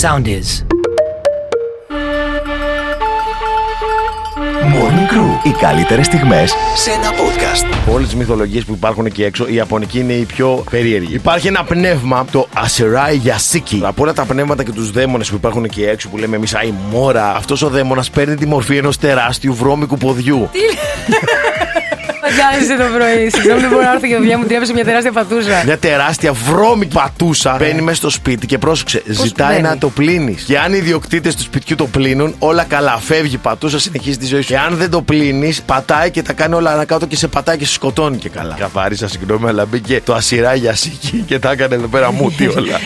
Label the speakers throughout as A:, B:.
A: sound is.
B: Morning Crew. Οι καλύτερες στιγμές σε ένα podcast.
C: όλες τις μυθολογίες που υπάρχουν εκεί έξω, η Ιαπωνική είναι η πιο περίεργη. Υπάρχει ένα πνεύμα, το Ασεράι Γιασίκι. Από όλα τα πνεύματα και τους δαίμονες που υπάρχουν εκεί έξω, που λέμε εμείς Αϊ Μόρα, αυτός ο δαίμονας παίρνει τη μορφή ενός τεράστιου βρώμικου ποδιού.
D: Φαντάζεσαι το πρωί. Συγγνώμη, δεν μπορώ να έρθω για δουλειά μου. Τρέπεσε μια τεράστια πατούσα.
C: Μια τεράστια βρώμικη πατούσα μπαίνει μέσα στο σπίτι και πρόσεξε, ζητάει
D: μπαίνει?
C: να το πλύνεις. Και αν οι ιδιοκτήτες του σπιτιού το πλύνουν, όλα καλά. Φεύγει η πατούσα, συνεχίζει τη ζωή σου. Και αν δεν το πλύνεις, πατάει και τα κάνει όλα ανακάτω και σε πατάει και σε σκοτώνει και καλά. Καθάρισα, συγγνώμη, αλλά μπήκε το ασυρά γιασίκι και τα έκανε εδώ πέρα μου τι όλα.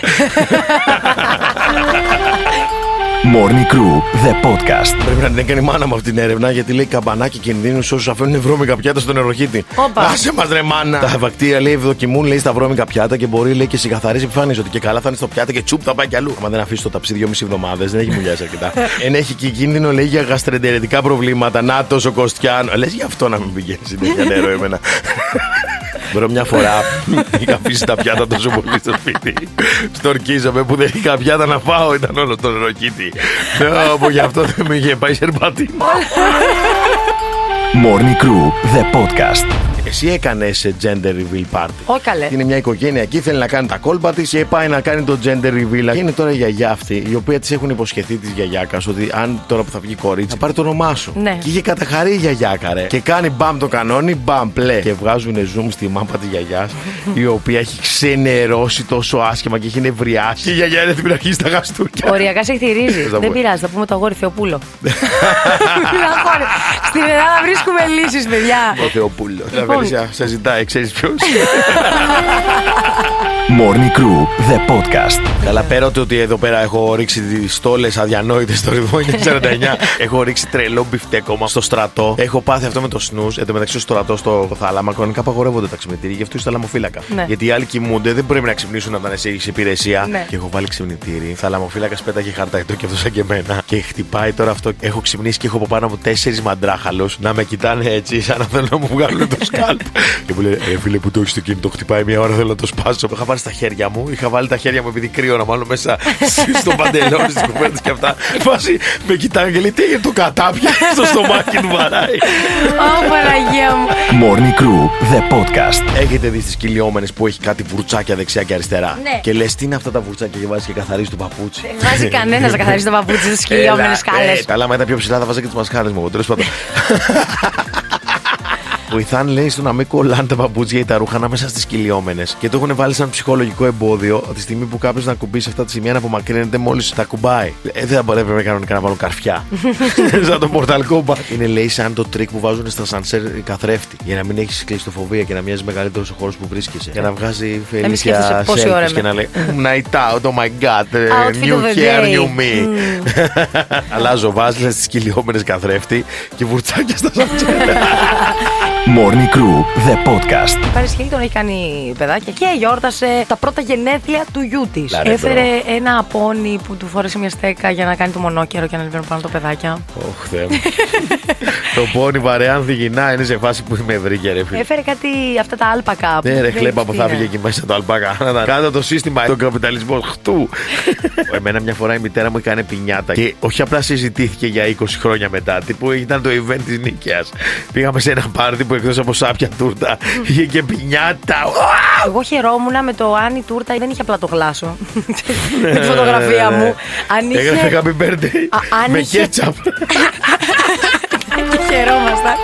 B: Morning Crew, the podcast.
C: Πρέπει να την έκανε η μάνα μου αυτή την έρευνα γιατί λέει καμπανάκι κινδύνους σε όσους αφήνουν βρώμικα πιάτα στον νεροχύτη.
D: Όπα.
C: Άσε μας ρε μάνα. Τα βακτήρια λέει ευδοκιμούν λέει στα βρώμικα πιάτα και μπορεί λέει και σε καθαρή επιφάνεια ότι και καλά θα είναι στο πιάτα και τσουπ θα πάει κι αλλού. Αν δεν αφήσει το ταψί δύο μισή εβδομάδες δεν έχει μουλιάσει αρκετά. Εν έχει και κίνδυνο λέει για γαστρεντερετικά προβλήματα. Να τόσο Κωστιάνο. Λες γι' αυτό να μην πηγαίνεις συνέχεια νερό εμένα. Μπορώ μια φορά είχα αφήσει τα πιάτα τόσο πολύ στο σπίτι. Στορκίζομαι που δεν είχα πιάτα να πάω, ήταν όλο το νεροκύτη. Ω, Που γι' αυτό δεν με είχε πάει σερπάτι.
B: Morning Crew, the podcast.
C: Εσύ έκανες gender reveal party.
D: Ω, καλέ.
C: Είναι μια οικογένεια εκεί, θέλει να κάνει τα κόλπα της και πάει να κάνει το gender reveal. Και είναι τώρα η γιαγιά αυτή, η οποία της έχουν υποσχεθεί της γιαγιάκας ότι αν τώρα που θα βγει κορίτσι, θα πάρει το όνομά σου.
D: Ναι.
C: Και είχε καταχαρεί η γιαγιάκα, ρε. Και κάνει μπαμ το κανόνι, μπαμ πλε. Και βγάζουν zoom στη μάμπα της γιαγιάς, η οποία έχει ξενερώσει τόσο άσχημα και έχει νευριάσει. Και η γιαγιά είναι στην αρχή στα γαστούκια.
D: Οριακά σε χτυρίζει.
C: Θα
D: Δεν
C: πω.
D: πειράζει, θα πούμε το αγόρι Θεοπούλο. Αγόρι. Στην Ελλάδα βρίσκουμε λύσεις, παιδιά.
C: Ο Θεοπούλο.
D: Λοιπόν.
C: σε ζητάει, ξέρεις ποιος.
B: Morning Crew, the podcast.
C: Καλά, πέρα ότι- ότι εδώ πέρα έχω ρίξει τις στόλες αδιανόητες στο Ριβόνια 49. έχω ρίξει τρελό μπιφτέκομα στο στρατό. Έχω πάθει αυτό με το σνους. Εν τω μεταξύ, στο στρατό, στο θάλαμα, κανονικά απαγορεύονται τα ξυπνητήρια. Γι' αυτό είσαι θαλαμοφύλακα.
D: Ναι.
C: Γιατί οι άλλοι κοιμούνται, δεν πρέπει να ξυπνήσουν όταν εσύ έχει υπηρεσία.
D: Ναι.
C: Και έχω βάλει ξυπνητήρι. Θαλαμοφύλακας πέταγε χαρτακτό και αυτό σαν και εμένα. Και χτυπάει τώρα αυτό. Έχω ξυπνήσει και έχω από πάνω μου τέσσερις μαντράχαλους να με κοιτάνε έτσι, σαν να θέλω να μου βγάλουν το σκάλπ. και μου λέει, Ε, φίλε που το έχεις το κινητό, χτυπάει μια ώρα, θέλω να το σπάσω. Το είχα πάρει στα χέρια μου. Είχα βάλει τα χέρια μου επειδή κρύωνα, μάλλον μέσα στο παντελόνι, στις κουβέρτε και αυτά. Φάση με κοιτάνε και λέει, Τι έγινε το κατάπια στο στομάχι του βαράει.
D: Ω Παναγία μου.
B: Morning Crew, the podcast.
C: Έχετε δει τι κυλιόμενες που έχει κάτι βουρτσάκια δεξιά και αριστερά.
D: Ναι.
C: Και λες, τι είναι αυτά τα βουρτσάκια και βάζει και καθαρίζει το παπούτσι.
D: Δεν βάζει κανένας να καθαρίζει το παπούτσι στις
C: Έλα,
D: κυλιόμενες κάλε.
C: ε, Καλά, μα ήταν πιο ψηλά, θα βάζα και τις μασχάλες μου. Τέλος πάντων. Βοηθάνε, λέει, στο να μην κολλάνε τα παπούτσια ή τα ρούχα ανάμεσα στις κυλιόμενες. Και το έχουν βάλει σαν ψυχολογικό εμπόδιο τη στιγμή που κάποιος να κουμπίσει αυτά τα σημεία να απομακρύνεται μόλις τα κουμπάει. Ε, δεν θα μπορέπρεπε κανονικά να βάλουν καρφιά. σαν το Mortal Kombat. Είναι, λέει, σαν το τρίκ που βάζουν στα σανσέρ καθρέφτη. Για να μην έχεις κλειστοφοβία και να μοιάζεις μεγαλύτερος ο χώρος που βρίσκεσαι. Για να βγάζει
D: σκέφτεσαι
C: φελίσια
D: πόση ώρα
C: selfies
D: είμαι.
C: και να λέει Night out, oh my god, ε,
D: Outfit
C: new
D: of the
C: hair,
D: day. Mm.
C: new me. Αλλάζω βάζλε στι κυλιόμενες καθρέφτη και βουρτσάκια στα σαντσέλα.
B: Morning Crew, the podcast.
D: Πάρη Χίλτον έχει κάνει παιδάκια και γιόρτασε τα πρώτα γενέθλια του γιού της.
C: Λα, ρε,
D: Έφερε ένα απόνι που του φόρεσε μια στέκα για να κάνει το μονόκερο και να ανεβαίνουν πάνω τα παιδάκια.
C: Ωχ, Θεέ μου. Το πόνι βαρεάν διγυνά είναι σε φάση που με βρήκε, ρε φίλε.
D: Έφερε κάτι αυτά τα άλπακα.
C: Ναι, ρε,
D: δεν
C: χλέπα που
D: τι είναι.
C: θα βγει εκεί μέσα το αλπάκα. Να τα- Κάτω το σύστημα, τον καπιταλισμό. Χτού. Εμένα μια φορά η μητέρα μου έκανε πινιάτα και όχι απλά συζητήθηκε για 20 χρόνια μετά. Τύπου ήταν το event της Νίκαιας. Πήγαμε σε ένα πάρτι που εκτός από σάπια τούρτα
D: Mm.
C: είχε και πινιάτα. Ουα!
D: Εγώ χαιρόμουν με το αν η τούρτα δεν είχε απλά το γλάσο.
C: Ναι,
D: με
C: Ε,
D: τη φωτογραφία μου. Αν
C: Έγραφε ναι.
D: είχε.
C: happy birthday
D: Α, αν
C: με
D: είχε-
C: κέτσαπ.
D: και χαιρόμασταν.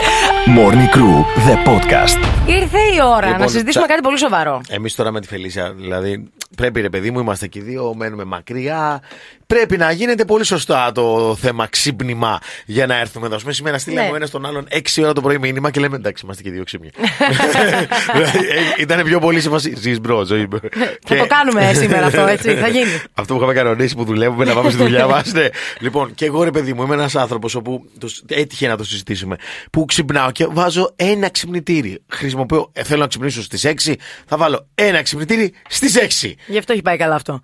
B: Morning Crew, the podcast.
D: Ήρθε η ώρα να
C: Λοιπόν,
D: συζητήσουμε
C: τσα-
D: κάτι πολύ σοβαρό.
C: Εμείς τώρα με τη Φελίσια, δηλαδή πρέπει ρε παιδί μου, είμαστε και οι δύο, μένουμε μακριά. Πρέπει να γίνεται πολύ σωστά το θέμα ξύπνημα για να έρθουμε εδώ. Ας πούμε, σήμερα στείλαμε
D: Ναι.
C: ο ένας τον άλλον 6 ώρα το πρωί μήνυμα και λέμε εντάξει, είμαστε και οι δύο ξύπνοι. Ήταν πιο πολύ σε φάση. Ζεις μπρο, ζωή μπρο.
D: Θα το κάνουμε σήμερα αυτό, έτσι. θα γίνει.
C: Αυτό που είχαμε κανονίσει που δουλεύουμε να πάμε στη δουλειά μας. Ναι. Λοιπόν, και εγώ ρε παιδί μου, είμαι ένας άνθρωπος όπου το, σ- έτυχε να το συζητήσουμε. Που ξυπνάω και βάζω ένα ξυπνητήρι. Χρησιμοποιώ, ε, θέλω να ξυπνήσω στις 6, θα βάλω ένα ξυπνητήρι στις 6.
D: Γι' αυτό έχει πάει καλά αυτό.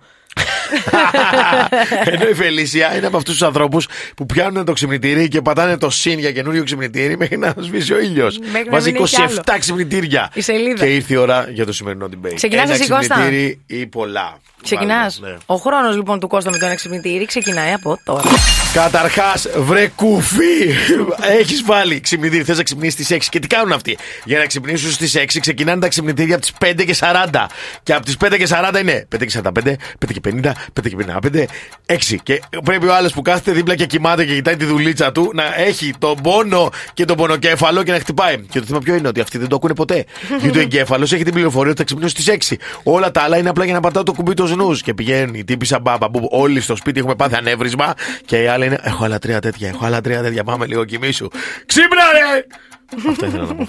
C: Ενώ η Φελίσια είναι από αυτούς τους ανθρώπους που πιάνουν το ξυπνητήρι και πατάνε το συν για καινούριο ξυπνητήρι μέχρι να σβήσει ο ήλιος.
D: Μέχρι να
C: Βάζει
D: μην έχει
C: 27
D: άλλο.
C: ξυπνητήρια.
D: Η σελίδα.
C: Και ήρθε η ώρα για το σημερινό debate.
D: Ξεκινάς
C: ένα
D: εσύ, Κώστα.
C: ξυπνητήρι ή πολλά.
D: Ξεκινάς.
C: Βάλε, ναι.
D: Ο χρόνος λοιπόν του Κώστα με τον εξυπνητήρι ξεκινάει από τώρα.
C: Καταρχάς, βρε κουφί! Έχεις βάλει ξυπνητήρι. Θες να ξυπνήσεις στις 6. Και τι κάνουν αυτοί. Για να ξυπνήσουν στις 6 ξεκινάνε τα ξυπνητήρια από τις 5 και 40. Και από τις 5 και 40 είναι 5 και 45, 5 και 50, 5 και 55, 6. Και πρέπει ο άλλος που κάθεται δίπλα και κοιμάται και κοιτάει τη δουλίτσα του να έχει τον πόνο και τον πονοκέφαλο και να χτυπάει. Και το θέμα ποιο είναι ότι αυτοί δεν το ακούνε ποτέ. Γιατί ο εγκέφαλος έχει την πληροφορία ότι θα ξυπνήσει στι 6. Όλα τα άλλα είναι απλά για να πατάω το κουμπί τους νους. Και πηγαίνει η τύπησα μπάμπα που όλοι στο σπίτι έχουμε πάθει ανέβρισμα. Και η άλλη είναι Έχω άλλα τρία τέτοια, έχω άλλα τρία τέτοια. Πάμε λίγο κοιμήσου. Ξύπνα ρε! Αυτό ήθελα να πω.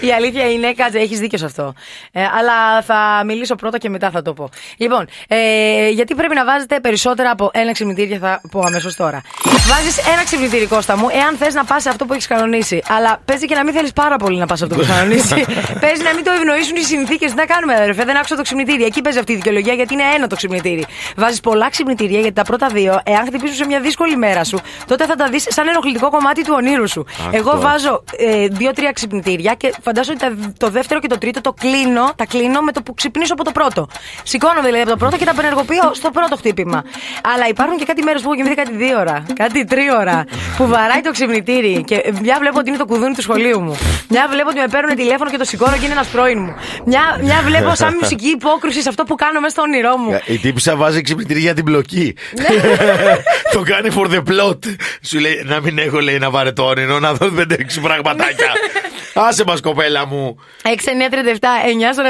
D: Η αλήθεια είναι, κάτσε, έχεις δίκιο σε αυτό. Ε, αλλά θα μιλήσω πρώτα και μετά θα το πω. Λοιπόν, ε, γιατί πρέπει να βάζετε περισσότερα από ένα ξυπνητήρι, θα πω αμέσως τώρα. Βάζεις ένα ξυπνητήρι, Κώστα μου, εάν θες να πας σε αυτό που έχεις κανονίσει. Αλλά παίζει και να μην θέλεις πάρα πολύ να πας σε αυτό που έχεις κανονίσει. παίζει να μην το ευνοήσουν οι συνθήκες. Τι να κάνουμε, αδερφέ, δεν άκουσα το ξυπνητήρι. Εκεί παίζει αυτή η δικαιολογία γιατί είναι ένα το ξυπνητήρι. Βάζεις πολλά ξυπνητήρια γιατί τα πρώτα δύο, εάν χτυπήσουν σε μια δύσκολη μέρα σου, τότε θα τα δεις σαν ενοχλητικό κομμάτι του ονείρου σου.
C: Άκου
D: Εγώ
C: τώρα.
D: βάζω βάζω ε, δύο-τρία ξυπνητήρια και φαντάζομαι ότι τα- το δεύτερο και το τρίτο το κλείνω, τα κλείνω με το που ξυπνήσω από το πρώτο. Σηκώνομαι δηλαδή από το πρώτο και τα απενεργοποιώ στο πρώτο χτύπημα. Αλλά υπάρχουν και κάτι μέρες που έχω κοιμηθεί κάτι δύο ώρα, κάτι τρία ώρα, που βαράει το ξυπνητήρι και μια βλέπω ότι είναι το κουδούνι του σχολείου μου. Μια βλέπω ότι με παίρνουν τηλέφωνο και το σηκώνω και είναι ένας πρώην μου. Μια, μια βλέπω σαν μουσική υπόκριση σε αυτό που κάνω μέσα στο όνειρό μου.
C: Η τύπησα βάζει ξυπνητήρι για την πλοκή. το κάνει for the plot. Σου λέει να μην έχω λέει να βάρε το όνειρο, να δω 5-6 πραγματάκια. Άσε μας κοπέλα μου.
D: 6-9-37-9-49-9-49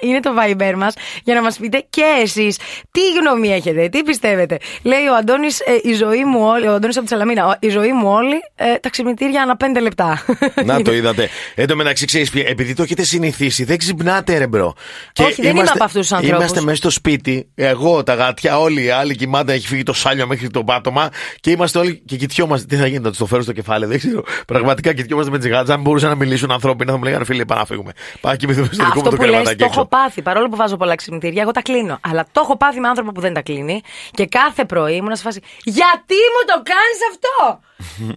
D: είναι το Viber μας για να μας πείτε και εσείς τι γνώμη έχετε, τι πιστεύετε. Λέει ο Αντώνης, η ζωή μου όλη, ο Αντώνης από τη Σαλαμίνα, «Ο- η ζωή μου όλη, ε, τα ξυπνητήρια ανά 5 λεπτά.
C: Να το είδατε. Εν τω μεταξύ, ξέρεις, επειδή το έχετε συνηθίσει, δεν ξυπνάτε, ρε μπρο.
D: Όχι, δεν είμαι από αυτούς τους ανθρώπους.
C: Είμαστε μέσα στο σπίτι, εγώ, τα γατιά, όλοι οι άλλοι κοιμάται, έχει φύγει το σάλιο μέχρι το πάτωμα και είμαστε όλοι και κοιτιόμαστε. Τι θα γίνει, θα τους το φέρω στο κεφάλι, δεν ξέρω. Πραγματικά κοιτιόμαστε με τι γάτσε. Αν μπορούσαν να μιλήσουν ανθρώπινα, θα μου λέγανε φίλε, πάμε να φύγουμε. Πάμε να κοιμηθούμε στο δικό μου
D: Αυτό
C: το
D: που λες,
C: κρεβατάκι
D: το έχω
C: έξω.
D: πάθει. Παρόλο που βάζω πολλά ξυπνητήρια, εγώ τα κλείνω. Αλλά το έχω πάθει με άνθρωπο που δεν τα κλείνει. Και κάθε πρωί ήμουν σε φάση. Γιατί μου το κάνεις αυτό!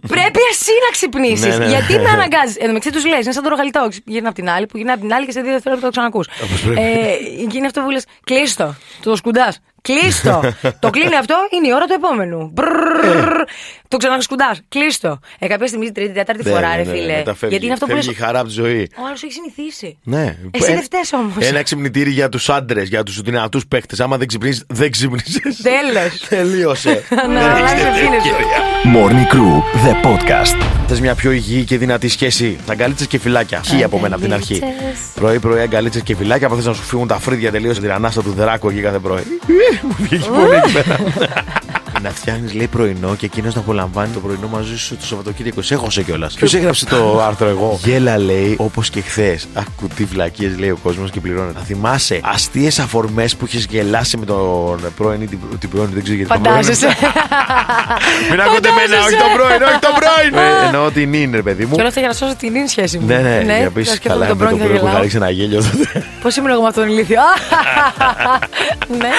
D: Πρέπει εσύ να ξυπνήσει.
C: Ναι, ναι.
D: Γιατί με αναγκάζει. Εν τω μεταξύ του λε, είναι σαν το ρογαλιτό. Γυρνά από την άλλη, που γυρνά από την άλλη και σε δύο δευτερόλεπτα το ξανακού.
C: πρέπει.
D: Ε, και είναι αυτό που λε, κλείστο. Το σκουντά. Κλείστο. το κλείνει αυτό, είναι η ώρα του επόμενου. Μπρρρρρ. το ξανασκουντά. Κλείστο. Ε, κάποια στιγμή την τρίτη, τέταρτη
C: Ναι,
D: φορά,
C: ναι,
D: ρε
C: ναι,
D: φίλε.
C: μετά φεύγει.
D: Γιατί είναι αυτό που λε.
C: Φεύγει η χαρά από τη ζωή.
D: Ο άλλο έχει συνηθίσει.
C: Ναι.
D: Εσύ
C: Ε,
D: δεν φταίς όμως.
C: Ένα ξυπνητήρι για του άντρε, για του δυνατού παίχτε. Άμα δεν ξυπνήσει, δεν ξύπνησε.
D: Τέλος.
C: Τελείωσε.
D: Αναλάβεις
C: Δεν έχεις τέτοια
D: ευθύνες σου.
C: ευκαιρία.
B: Morning Crew, the podcast.
C: Θε μια πιο υγιή και δυνατή σχέση. Αγκαλίτσε και φυλάκια. Χι από μένα από την αρχή. Πρωί-πρωί αγκαλίτσε και φυλάκια. Αν θε να σου φύγουν τα φρύδια τελείω την ανάστα του δράκου εκεί κάθε πρωί. Ε, Μου βγήκε πολύ εκεί πέρα. Να φτιάχνει λέει πρωινό και εκείνο να απολαμβάνει το πρωινό μαζί σου το Σαββατοκύριακο. Σε έχωσε κιόλα. Ποιο έγραψε το άρθρο εγώ. Γέλα λέει όπω και χθε. Ακού τι βλακίε λέει ο κόσμο και πληρώνει. Να θυμάσαι αστείε αφορμέ που είχε γελάσει με τον πρώην ή την, την πρώην, δεν ξέρω γιατί. τον πρώην.
D: Φαντάζεσαι.
C: Μην ακούτε εμένα, όχι τον πρώην, όχι τον πρώην. Ε, Εννοώ την είναι, ρε παιδί μου.
D: Και όλα αυτά για να σώσω την ίν σχέση μου.
C: Ναι, ναι, για
D: θα
C: πεις
D: σκέφτομαι
C: καλά με
D: τον πρώην
C: τον
D: και
C: που
D: θα
C: θα
D: γελάω.
C: ρίξει ένα γέλιο τότε.
D: Πώ ήμουν εγώ με αυτόν τον ηλίθιο. Α, Ναι.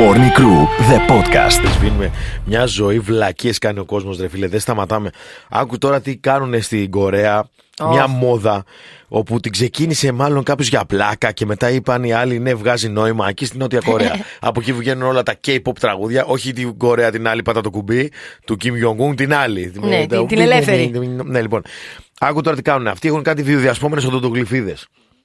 B: Morning Crew, the podcast.
C: Σβήνουμε μια ζωή βλακίες κάνει ο κόσμος ρε φίλε, δεν σταματάμε. Άκου τώρα τι κάνουν στην Κορέα, μια μόδα όπου την ξεκίνησε μάλλον κάποιος για πλάκα και μετά είπαν οι άλλοι ναι βγάζει νόημα εκεί στην Νότια Κορέα. Από εκεί βγαίνουν όλα τα K-pop τραγούδια, όχι την Κορέα την άλλη πατά το κουμπί, του Kim Jong-un την άλλη.
D: Ναι, την- την ελεύθερη.
C: Ναι, λοιπόν. Άκου τώρα τι κάνουν. Αυτοί έχουν κάτι βιοδιασπόμενε οδοντογλυφίδε.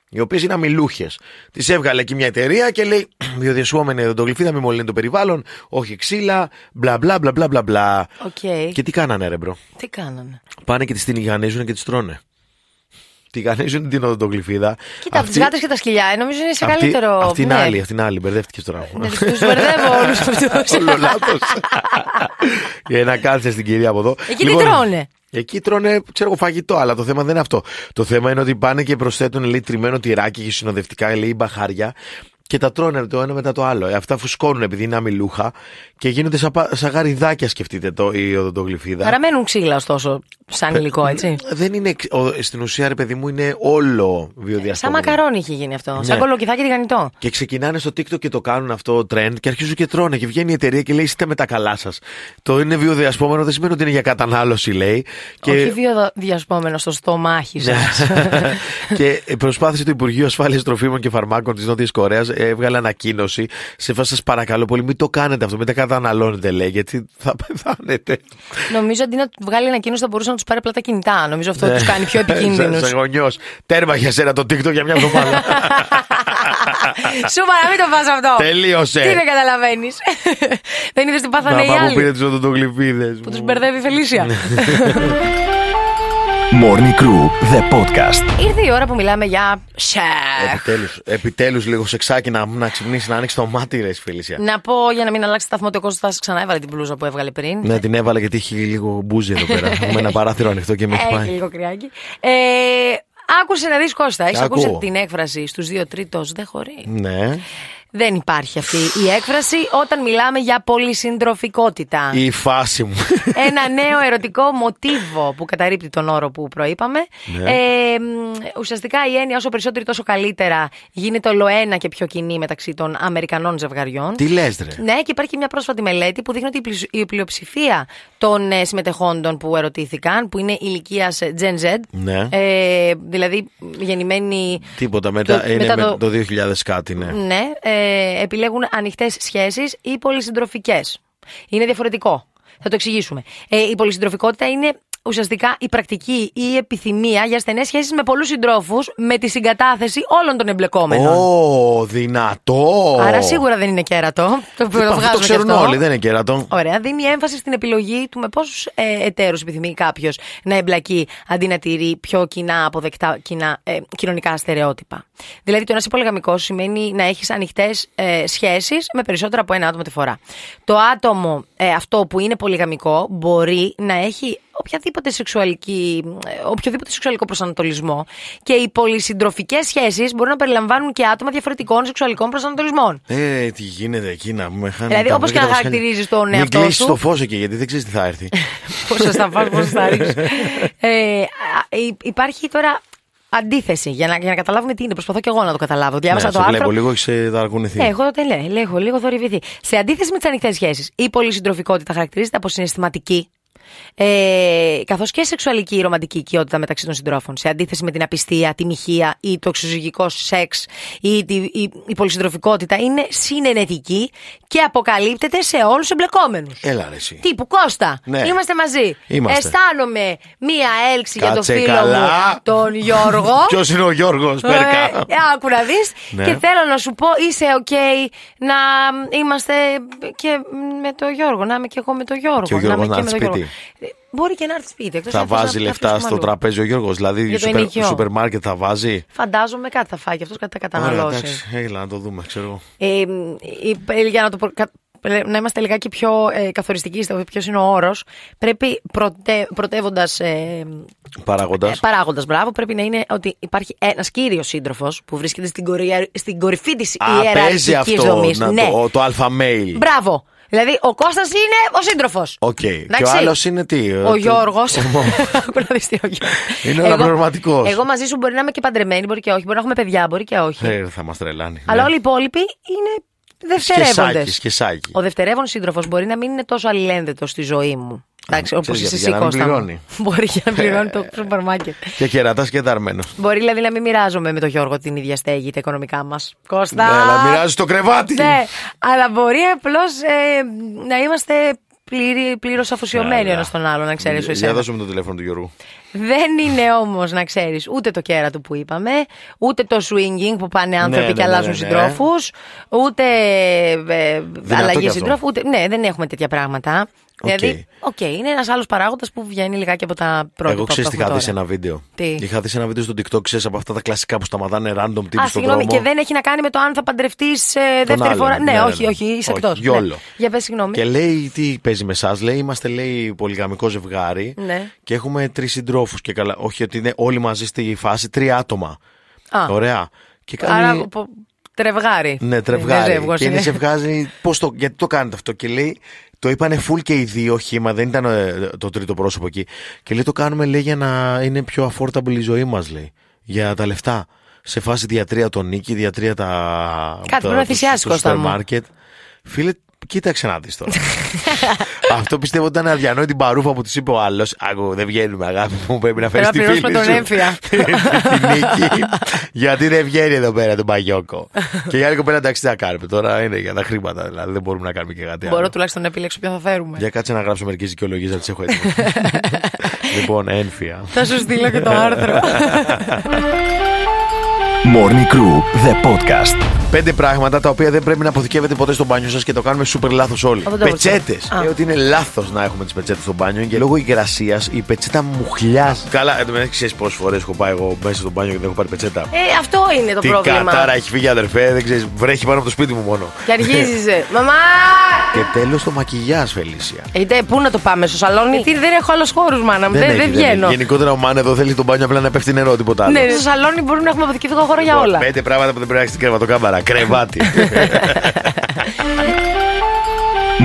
C: Οι οποίες είναι αμιλούχες. Τις έβγαλε εκεί μια εταιρεία και λέει: Βιοδιασπόμενη οδοντογλυφίδα, μη μολύνει το περιβάλλον, όχι ξύλα, μπλα μπλα μπλα μπλα μπλα. μπλα.
D: Οκ.
C: Και τι κάνανε, ρε μπρο.
D: Τι κάνανε.
C: Πάνε και τις την λιγανίζουν και τις τρώνε. Τηγανίζουν την οδοντογλυφίδα.
D: Κοίτα, από τις γάτες και τα σκυλιά, ε, νομίζω είναι σε καλύτερο.
C: Αυτή είναι
D: ναι.
C: άλλη, αυτή είναι άλλη. Μπερδεύτηκες τώρα.
D: Ναι, Τους μπερδεύω όλους αυτούς.
C: Όλο λάθος. Για να κάτσε στην κυρία από εδώ. Λοιπόν,
D: Εκεί τι τρώνε?
C: Εκεί τρώνε, ξέρω εγώ, φαγητό, αλλά το θέμα δεν είναι αυτό. Το θέμα είναι ότι πάνε και προσθέτουν λέει τριμμένο τυράκι και συνοδευτικά λέει μπαχάρια και τα τρώνε το ένα μετά το άλλο. Ε, Αυτά φουσκώνουν επειδή είναι αμυλούχα και γίνονται σαν, πα- σαν γαριδάκια, σκεφτείτε το, η οδοντογλυφίδα.
D: Παραμένουν ξύλα, ωστόσο, σαν
C: Ε,
D: υλικό, έτσι.
C: Δεν είναι, εξ- ο- στην ουσία ρε παιδί μου είναι όλο βιοδιαστόμενο.
D: Ε, Σαν μακαρόνι έχει γίνει αυτό. Σαν
C: ε, Ναι.
D: κολοκυθάκι τηγανιτό.
C: Και ξεκινάνε στο TikTok και το κάνουν αυτό το trend και αρχίζουν και τρώνε. Και βγαίνει η εταιρεία και λέει: Είστε με τα καλά σας. Το είναι βιοδιασπόμενο, δεν σημαίνει ότι είναι για κατανάλωση, λέει. Και... Ναι.
D: Όχι βιοδιασπόμενο στο στομάχι σας.
C: και προσπάθησε το Υπουργείο Ασφάλειας Τροφίμων και Φαρμάκων της Νότιας Κορέας, ε, έβγαλε ανακοίνωση. Σε φάση σας παρακαλώ πολύ, μην το κάνετε αυτό, μην τα καταναλώνετε, λέει, γιατί θα πεθάνετε.
D: Νομίζω αντί να του βγάλει ανακοίνωση θα μπορούσε να τους πάρει απλά τα κινητά. Νομίζω
C: Ναι.
D: αυτό τους κάνει
C: Ε,
D: πιο επικίνδυνους.
C: Σαν γονιός. Τέρμα για σένα το TikTok για μια εβδομάδα.
D: Σούπαρα, μην το πας αυτό.
C: Τελείωσε.
D: Τι δεν καταλαβαίνεις. Δεν είδες τι πάθανε
C: Να
D: οι
C: πάω που πήρε
D: άλλοι.
C: τους οδοντογλυφίδες.
D: Που τους μπερδεύει
C: Ναι.
D: η Φελίσια.
B: Morning Crew, the podcast.
D: Ήρθε η ώρα που μιλάμε για
C: Ε,
D: σεχ.
C: Επιτέλους, επιτέλους λίγο σεξάκι να, να ξυπνήσει, να ανοίξει το μάτι, ρε Φελίσια.
D: Να πω για να μην αλλάξει σταθμό ότι ο κόσμος θα ξανά έβαλε την μπλούζα που έβγαλε πριν.
C: Ναι, την έβαλα γιατί είχε λίγο μπούζι εδώ πέρα.
D: Ναι.
C: με ένα παράθυρο ανοιχτό και με έχει
D: Έχει
C: ναι, πάει.
D: λίγο κρυάκι. Ε, άκουσε να δεις Κώστα. Έχεις
C: Ακούω.
D: ακούσει την έκφραση στους δύο τρίτος δεν χωρεί.
C: Ναι.
D: Δεν υπάρχει αυτή η έκφραση όταν μιλάμε για πολυσυντροφικότητα.
C: Η φάση μου.
D: Ένα νέο ερωτικό μοτίβο που καταρρύπτει τον όρο που προείπαμε.
C: Ναι.
D: Ε, μ, ουσιαστικά η έννοια όσο περισσότερη τόσο καλύτερα γίνεται ολοένα και πιο κοινή μεταξύ των Αμερικανών ζευγαριών.
C: Τι λες ρε.
D: Ναι, και υπάρχει και μια πρόσφατη μελέτη που δείχνει ότι η πλησ- η πλειοψηφία των ε, συμμετεχόντων που ερωτήθηκαν, που είναι ηλικίας Gen Z,
C: Ναι.
D: ε, δηλαδή γεννημένοι.
C: Τίποτα. Μετά,
D: το-
C: είναι
D: μετά
C: με
D: το-
C: το... 2000 κάτι, ναι.
D: Ναι, ε, επιλέγουν ανοιχτές σχέσεις ή πολυσυντροφικές. Είναι διαφορετικό. Θα το εξηγήσουμε. Ε, η πολυσυντροφικότητα είναι ουσιαστικά η πρακτική ή η επιθυμία για στενές σχέσεις με πολλούς συντρόφους με τη συγκατάθεση όλων των εμπλεκόμενων.
C: Ω, δυνατό.
D: Άρα σίγουρα δεν είναι κέρατο. Το, το,
C: Αυτό το
D: βγάζουμε και
C: ξέρουν
D: αυτό.
C: όλοι, δεν είναι κέρατο.
D: Ωραία, δίνει έμφαση στην επιλογή του με πόσους ε, εταίρους επιθυμεί κάποιος να εμπλακεί αντί να τηρεί πιο κοινά αποδεκτά κοινά, ε, κοινωνικά στερεότυπα. Δηλαδή, το να είσαι πολυγαμικός σημαίνει να έχεις ανοιχτές ε, σχέσεις με περισσότερα από ένα άτομο τη φορά. Το άτομο ε, αυτό που είναι πολυγαμικό μπορεί να έχει οποιαδήποτε σεξουαλική, ε, οποιοδήποτε σεξουαλικό προσανατολισμό και οι πολυσυντροφικές σχέσεις μπορούν να περιλαμβάνουν και άτομα διαφορετικών σεξουαλικών προσανατολισμών.
C: Ε, τι γίνεται εκεί να με χάνει.
D: Δηλαδή,
C: τα
D: όπως
C: μάτια
D: και
C: τα
D: να
C: μασχάλια.
D: χαρακτηρίζεις τον
C: Μην
D: εαυτό
C: κλείσεις
D: σου.
C: το φως εκεί, γιατί δεν ξέρεις τι θα έρθει.
D: Πόσα θα φας, πόσα θα ρίξεις. Ε, α, υ- υπάρχει τώρα αντίθεση για να, για να καταλάβουμε τι είναι. Προσπαθώ και εγώ να το καταλάβω. Διάβασα
C: ναι,
D: το
C: σε
D: άρθρο.
C: βλέπω λίγο, έχει ταργουνηθεί.
D: Ναι, εγώ το λέω, λέγω, λίγο θορυβηθεί. Σε αντίθεση με τις ανοιχτές σχέσεις, η πολυσυντροφικότητα χαρακτηρίζεται από συναισθηματική. Ε, Καθώς και σεξουαλική ή ρομαντική οικειότητα μεταξύ των συντρόφων. Σε αντίθεση με την απιστία, τη μοιχεία ή το εξωζυγικό σεξ ή τη, η, η πολυσυντροφικότητα είναι συνενετική και αποκαλύπτεται σε όλους τους εμπλεκόμενους.
C: Έλα ρε εσύ.
D: Τύπου Κώστα.
C: Ναι.
D: Είμαστε μαζί.
C: Είμαστε.
D: Αισθάνομαι μία έλξη για τον
C: Κάτσε
D: φίλο
C: καλά.
D: μου, τον Γιώργο.
C: Ποιος είναι ο Γιώργος Πέρκα.
D: Ε, άκου να δεις
C: Ναι.
D: Και θέλω να σου πω, είσαι OK να είμαστε και με τον Γιώργο. Να είμαι και εγώ με τον Γιώργο.
C: Και ο Γιώργος
D: είμαι
C: να
D: και
C: έρθει
D: με τον
C: σπίτι.
D: Γιώργο. Ε, Μπορεί και να έρθει σπίτι. εκτός
C: Θα
D: αν θες να
C: βάζει
D: πας
C: λεφτά
D: κάπου
C: στο
D: αλλού.
C: τραπέζι ο Γιώργος. Δηλαδή,
D: Για το
C: σούπερ,
D: ενοικιό.
C: σούπερ μάρκετ θα βάζει.
D: Φαντάζομαι κάτι θα φάει και αυτός κάτι θα
C: Ωραία,
D: καταναλώσει.
C: εντάξει, έλα να το δούμε, ξέρω εγώ.
D: Ε, η- ε, για να, το, προ- κα- να είμαστε λιγάκι πιο ε, καθοριστικοί στο ποιος είναι ο όρος, πρέπει προτε, πρωτεύοντας. Ε,
C: Παράγοντας.
D: Παράγοντα, Ε, μπράβο, πρέπει να είναι ότι υπάρχει ένας κύριος σύντροφος που βρίσκεται στην, κορυ- στην κορυφή της
C: Α, παίζει
D: ιεραρχικής
C: αυτό
D: δομής.
C: να,
D: Ναι.
C: το, το αλφα mail.
D: Μπράβο. Δηλαδή, ο Κώστας είναι ο σύντροφος.
C: Οκ. Και ο
D: Εντάξει.
C: άλλος είναι τι.
D: Ο Γιώργο.
C: Είναι αναπληρωματικός.
D: Εγώ μαζί σου μπορεί να είμαι και παντρεμένη, μπορεί και όχι. Μπορεί να έχουμε παιδιά, μπορεί και όχι.
C: Ε, θα μας τρελάνει.
D: Αλλά
C: ναι.
D: όλοι οι υπόλοιποι είναι δευτερεύοντε.
C: Σκεσάκι, σκεσάκι.
D: Ο δευτερεύον σύντροφος μπορεί να μην είναι τόσο αλληλένδετος στη ζωή μου. Εντάξει, όπω
C: Ε, ξέρεις
D: είσαι
C: γιατί, για
D: εσύ,
C: να μην
D: Κώστα. μου.
C: πληρώνει. Ε,
D: Μπορεί και να πληρώνει το σούπερ μάρκετ.
C: Και κερατάς και δαρμένο.
D: Μπορεί δηλαδή να μην μοιράζομαι με τον Γιώργο την ίδια στέγη τα οικονομικά μας. Κώστα.
C: Ναι, αλλά μοιράζει το κρεβάτι.
D: Ναι, αλλά μπορεί απλώς να είμαστε πλήρως αφοσιωμένοι
C: Καλά.
D: ένα στον άλλον, να ξέρεις ο
C: Ναι, Για
D: εσένα.
C: δώσουμε το τηλέφωνο του Γιώργου.
D: Δεν είναι όμως, να ξέρεις, ούτε το κέρατο που είπαμε, ούτε το swinging που πάνε άνθρωποι
C: ναι,
D: και
C: ναι,
D: αλλάζουν
C: ναι.
D: συντρόφους, ούτε ε, ε,
C: κι
D: αλλαγή
C: αυτό.
D: συντρόφου. Ούτε, ναι, δεν έχουμε τέτοια πράγματα.
C: Οκ.
D: Δηλαδή, οκ, είναι ένας άλλος παράγοντας που βγαίνει λιγάκι από τα πρώτα.
C: Εγώ ξέρεις τι είχα δει σε ένα βίντεο.
D: Τι?
C: Είχα δει σε ένα βίντεο στο TikTok, ξέρεις από αυτά τα κλασικά που σταματάνε random τύπου
D: Α,
C: στον
D: συγγνώμη,
C: δρόμο.
D: και δεν έχει να κάνει με το αν θα παντρευτείς δεύτερη
C: άλλον.
D: φορά. Ναι,
C: Ναι, ναι,
D: όχι,
C: ναι.
D: όχι, είσαι
C: Όχι,
D: εκτός.
C: γιόλο.
D: Για πες, συγγνώμη.
C: Και λέει τι παίζει με εσάς, λέει είμαστε λέει πολυγαμικό ζευγάρι
D: Ναι.
C: και έχουμε τρεις συντρόφους. Και καλά, όχι ότι είναι όλοι μαζί στη φάση, τρία άτομα.
D: Α.
C: Ωραία. Και κάνει.
D: Άρα, πο- Τρευγάρι.
C: Ναι,
D: Δεν
C: τρευγάρι.
D: ζεύγος
C: Και είναι
D: είναι.
C: σε βγάζει. Πώς το, γιατί το κάνετε αυτό. Και λέει, το είπανε full και οι δύο χήμα, δεν ήταν ε, το τρίτο πρόσωπο εκεί. Και λέει, το κάνουμε λέει για να είναι πιο affordable η ζωή μας, λέει. Για τα λεφτά. Σε φάση διατρία τον νίκη, διατρία τα.
D: πρέπει να θυσιάσεις, Κώστα μου.
C: μάρκετ. Φίλε, κοίταξε να δεις τώρα. Αυτό πιστεύω ότι ήταν αδιανόητη την παρούφα που του είπε ο άλλος. Άγκο, δεν βγαίνουμε, αγάπη μου. Πρέπει να φέρει
D: να
C: τη φίλη
D: πληρώσουμε τον
C: σου.
D: έμφυα.
C: Την νίκη. Γιατί δεν βγαίνει εδώ πέρα τον Παγιόκο. και η άλλη κοπέλα εντάξει, τι να κάνουμε. Τώρα είναι για τα χρήματα, δηλαδή δεν μπορούμε να κάνουμε και κάτι
D: Μπορώ
C: άλλο.
D: τουλάχιστον να επιλέξω ποιον θα φέρουμε.
C: Για κάτσε να γράψω μερικές δικαιολογίες, να τις έχω έτοιμες. λοιπόν, ένφια.
D: Θα σου στείλω και το άρθρο.
B: Morning Crew, the podcast.
C: Πέντε πράγματα τα οποία δεν πρέπει να αποθηκεύετε ποτέ στο μπάνιο σας και το κάνουμε σούπερ λάθος όλοι.
D: Α, δεν το
C: Πετσέτες.
D: Α.
C: Λέω ότι είναι λάθος να έχουμε τις πετσέτες στο μπάνιο και λόγω υγρασίας η πετσέτα μουχλιάζει. Καλά, εν τω μεταξύ ξέρεις πόσες φορές έχω πάει εγώ μέσα στο μπάνιο και δεν έχω πάρει πετσέτα.
D: Ε, αυτό είναι το
C: Τι
D: πρόβλημα.
C: κατάρα έχει φύγει αδερφέ, δεν ξέρεις, βρέχει πάνω από το σπίτι μου μόνο.
D: Και αργίζεσαι. Μαμά!
C: Και τέλος το μακιγιάζ, Φελίσια.
D: Είτε, πού να το πάμε, στο σαλόνι. Ε, Τι, δεν έχω άλλους χώρους, μάνα μου. Δεν,
C: έχει,
D: δεν
C: έχει.
D: βγαίνω.
C: Γενικότερα ο Μάν εδώ θέλει τον μπάνιο απλά να πέφτει νερό, τίποτα άλλο.
D: Ναι, στο σαλόνι μπορούμε να έχουμε αποθηκευτικό χώρο για
C: Λοιπόν,
D: όλα.
C: Πέντε πράγματα που δεν πρέπει να έχεις στην κρεβατοκάμπαρα. Κρεβάτι.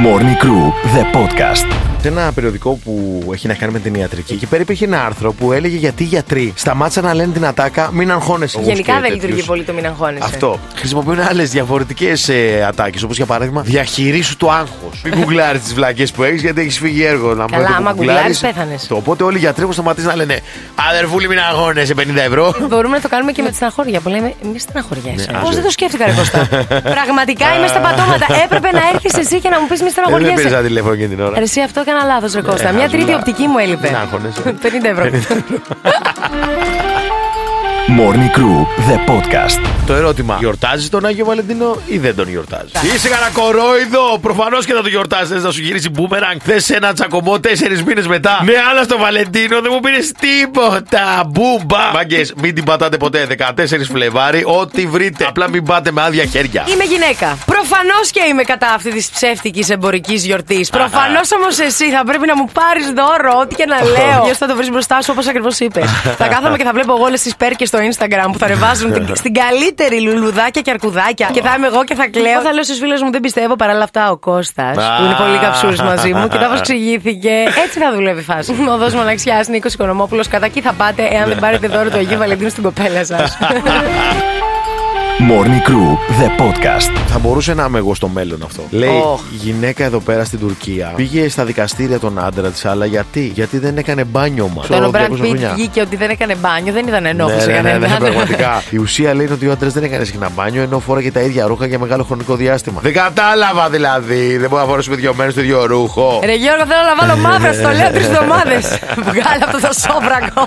B: Morning Crew, the podcast.
C: Σε ένα περιοδικό που έχει να κάνει με την ιατρική, εκεί πέρα υπήρχε ένα άρθρο που έλεγε γιατί οι γιατροί σταμάτησαν να λένε την ατάκα, μην αγχώνεσαι.
D: Γενικά
C: Όπως και
D: δεν λειτουργεί
C: τέτοιους.
D: πολύ το μην αγχώνεσαι.
C: Αυτό. Χρησιμοποιούν άλλες διαφορετικές ε, ατάκες, όπως για παράδειγμα διαχειρίσου το άγχος. Μην γκουγκλάρεις τις βλακές που έχεις γιατί έχεις φύγει έργο. Να
D: Καλά,
C: μην το
D: άμα
C: γκουγκλάρεις.
D: γκουγκλάρεις, πέθανες.
C: Το οπότε όλοι οι γιατροί έχουν σταματήσει να λένε Αδερφούλη, μην αγώνεσαι 50 ευρώ.
D: Μπορούμε να το κάνουμε και με τη στεναχώρια που λέμε Μη στεναχωριέσαι.
C: Ναι,
D: Πώς
C: άντε.
D: δεν το σκέφτηκα, ρε Κώστα. Πραγματικά είμαι στα πατώματα. Έπρεπε να έρχεσαι εσύ και να μου πεις Μη
C: Ε, Δεν πήρε ένα
D: στεναχωριέσαι.
C: τηλέφωνο και την ώρα.
D: Ρε, Εσύ αυτό έκανα λάθος, Ρε Κώστα. Μια
C: χάζω,
D: τρίτη
C: να-
D: οπτική μου έλειπε.
C: να αγχώνεσαι.
D: 50 ευρώ.
B: Morning Crew, the podcast.
C: Το ερώτημα: Γιορτάζει τον Άγιο Βαλεντίνο ή δεν τον γιορτάζει. Είσαι κανακορόιδο! Προφανώς και θα το γιορτάζεις. Θες να σου γυρίσει μπούμεραγκ. Θες ένα τσακωμό τέσσερις μήνες μετά. Ναι, αλλά στο Βαλεντίνο δεν μου πήρες τίποτα. Μπούμπα! Μαγκέ, μην την πατάτε ποτέ. 14 Φλεβάρι, ό,τι βρείτε. Απλά μην πάτε με άδεια χέρια.
D: Είμαι γυναίκα. Προφανώς και είμαι κατά αυτή της ψεύτικης εμπορικής γιορτής. Προφανώς όμως εσύ θα πρέπει να μου πάρεις δώρο, ό,τι και να λέω. Ποιο θα το βρεις μπροστά σου, όπως ακριβώς είπες. θα κάθομαι και θα βλέπω εγώ όλες τις πέρκες στο Instagram που θα ανεβάζουν την- στην καλύτερη λουλουδάκια και αρκουδάκια. και θα είμαι εγώ και θα κλαίω. Λοιπόν, θα λέω στους φίλους μου, δεν πιστεύω παρά όλα αυτά ο Κώστας, που είναι πολύ καψούρη μαζί μου και τα προσξηγήθηκε. Έτσι θα δουλεύει η φάση. Οδός μοναξιάς Νίκος Οικονομόπουλος, κατά εκεί θα πάτε εάν δεν πάρετε δώρο του Αγίου Βαλεντίνου στην κοπέλα σας.
B: Morning Crew, the podcast.
C: Θα μπορούσε να είμαι εγώ στο μέλλον αυτό. Λέει
D: Ωχ.
C: η γυναίκα εδώ πέρα στην Τουρκία πήγε στα δικαστήρια τον άντρα της, αλλά γιατί, γιατί δεν έκανε μπάνιο μας.
D: Τον ο Μπραντ Πιτ βγήκε ότι δεν έκανε μπάνιο, δεν είδαν ενόχληση
C: ναι, ναι, ναι,
D: κανένα.
C: ναι, πραγματικά. Η ουσία λέει είναι ότι ο άντρας δεν έκανε συχνά μπάνιο ενώ φόραγε τα ίδια ρούχα για μεγάλο χρονικό διάστημα. Δεν κατάλαβα δηλαδή. Δεν μπορώ να φορέσουμε δύο μέρες το ίδιο ρούχο.
D: Ρε Γιώργο, θέλω να βάλω μαύρα στο λέω τρεις εβδομάδες. Βγάλε αυτό το σόβρακο.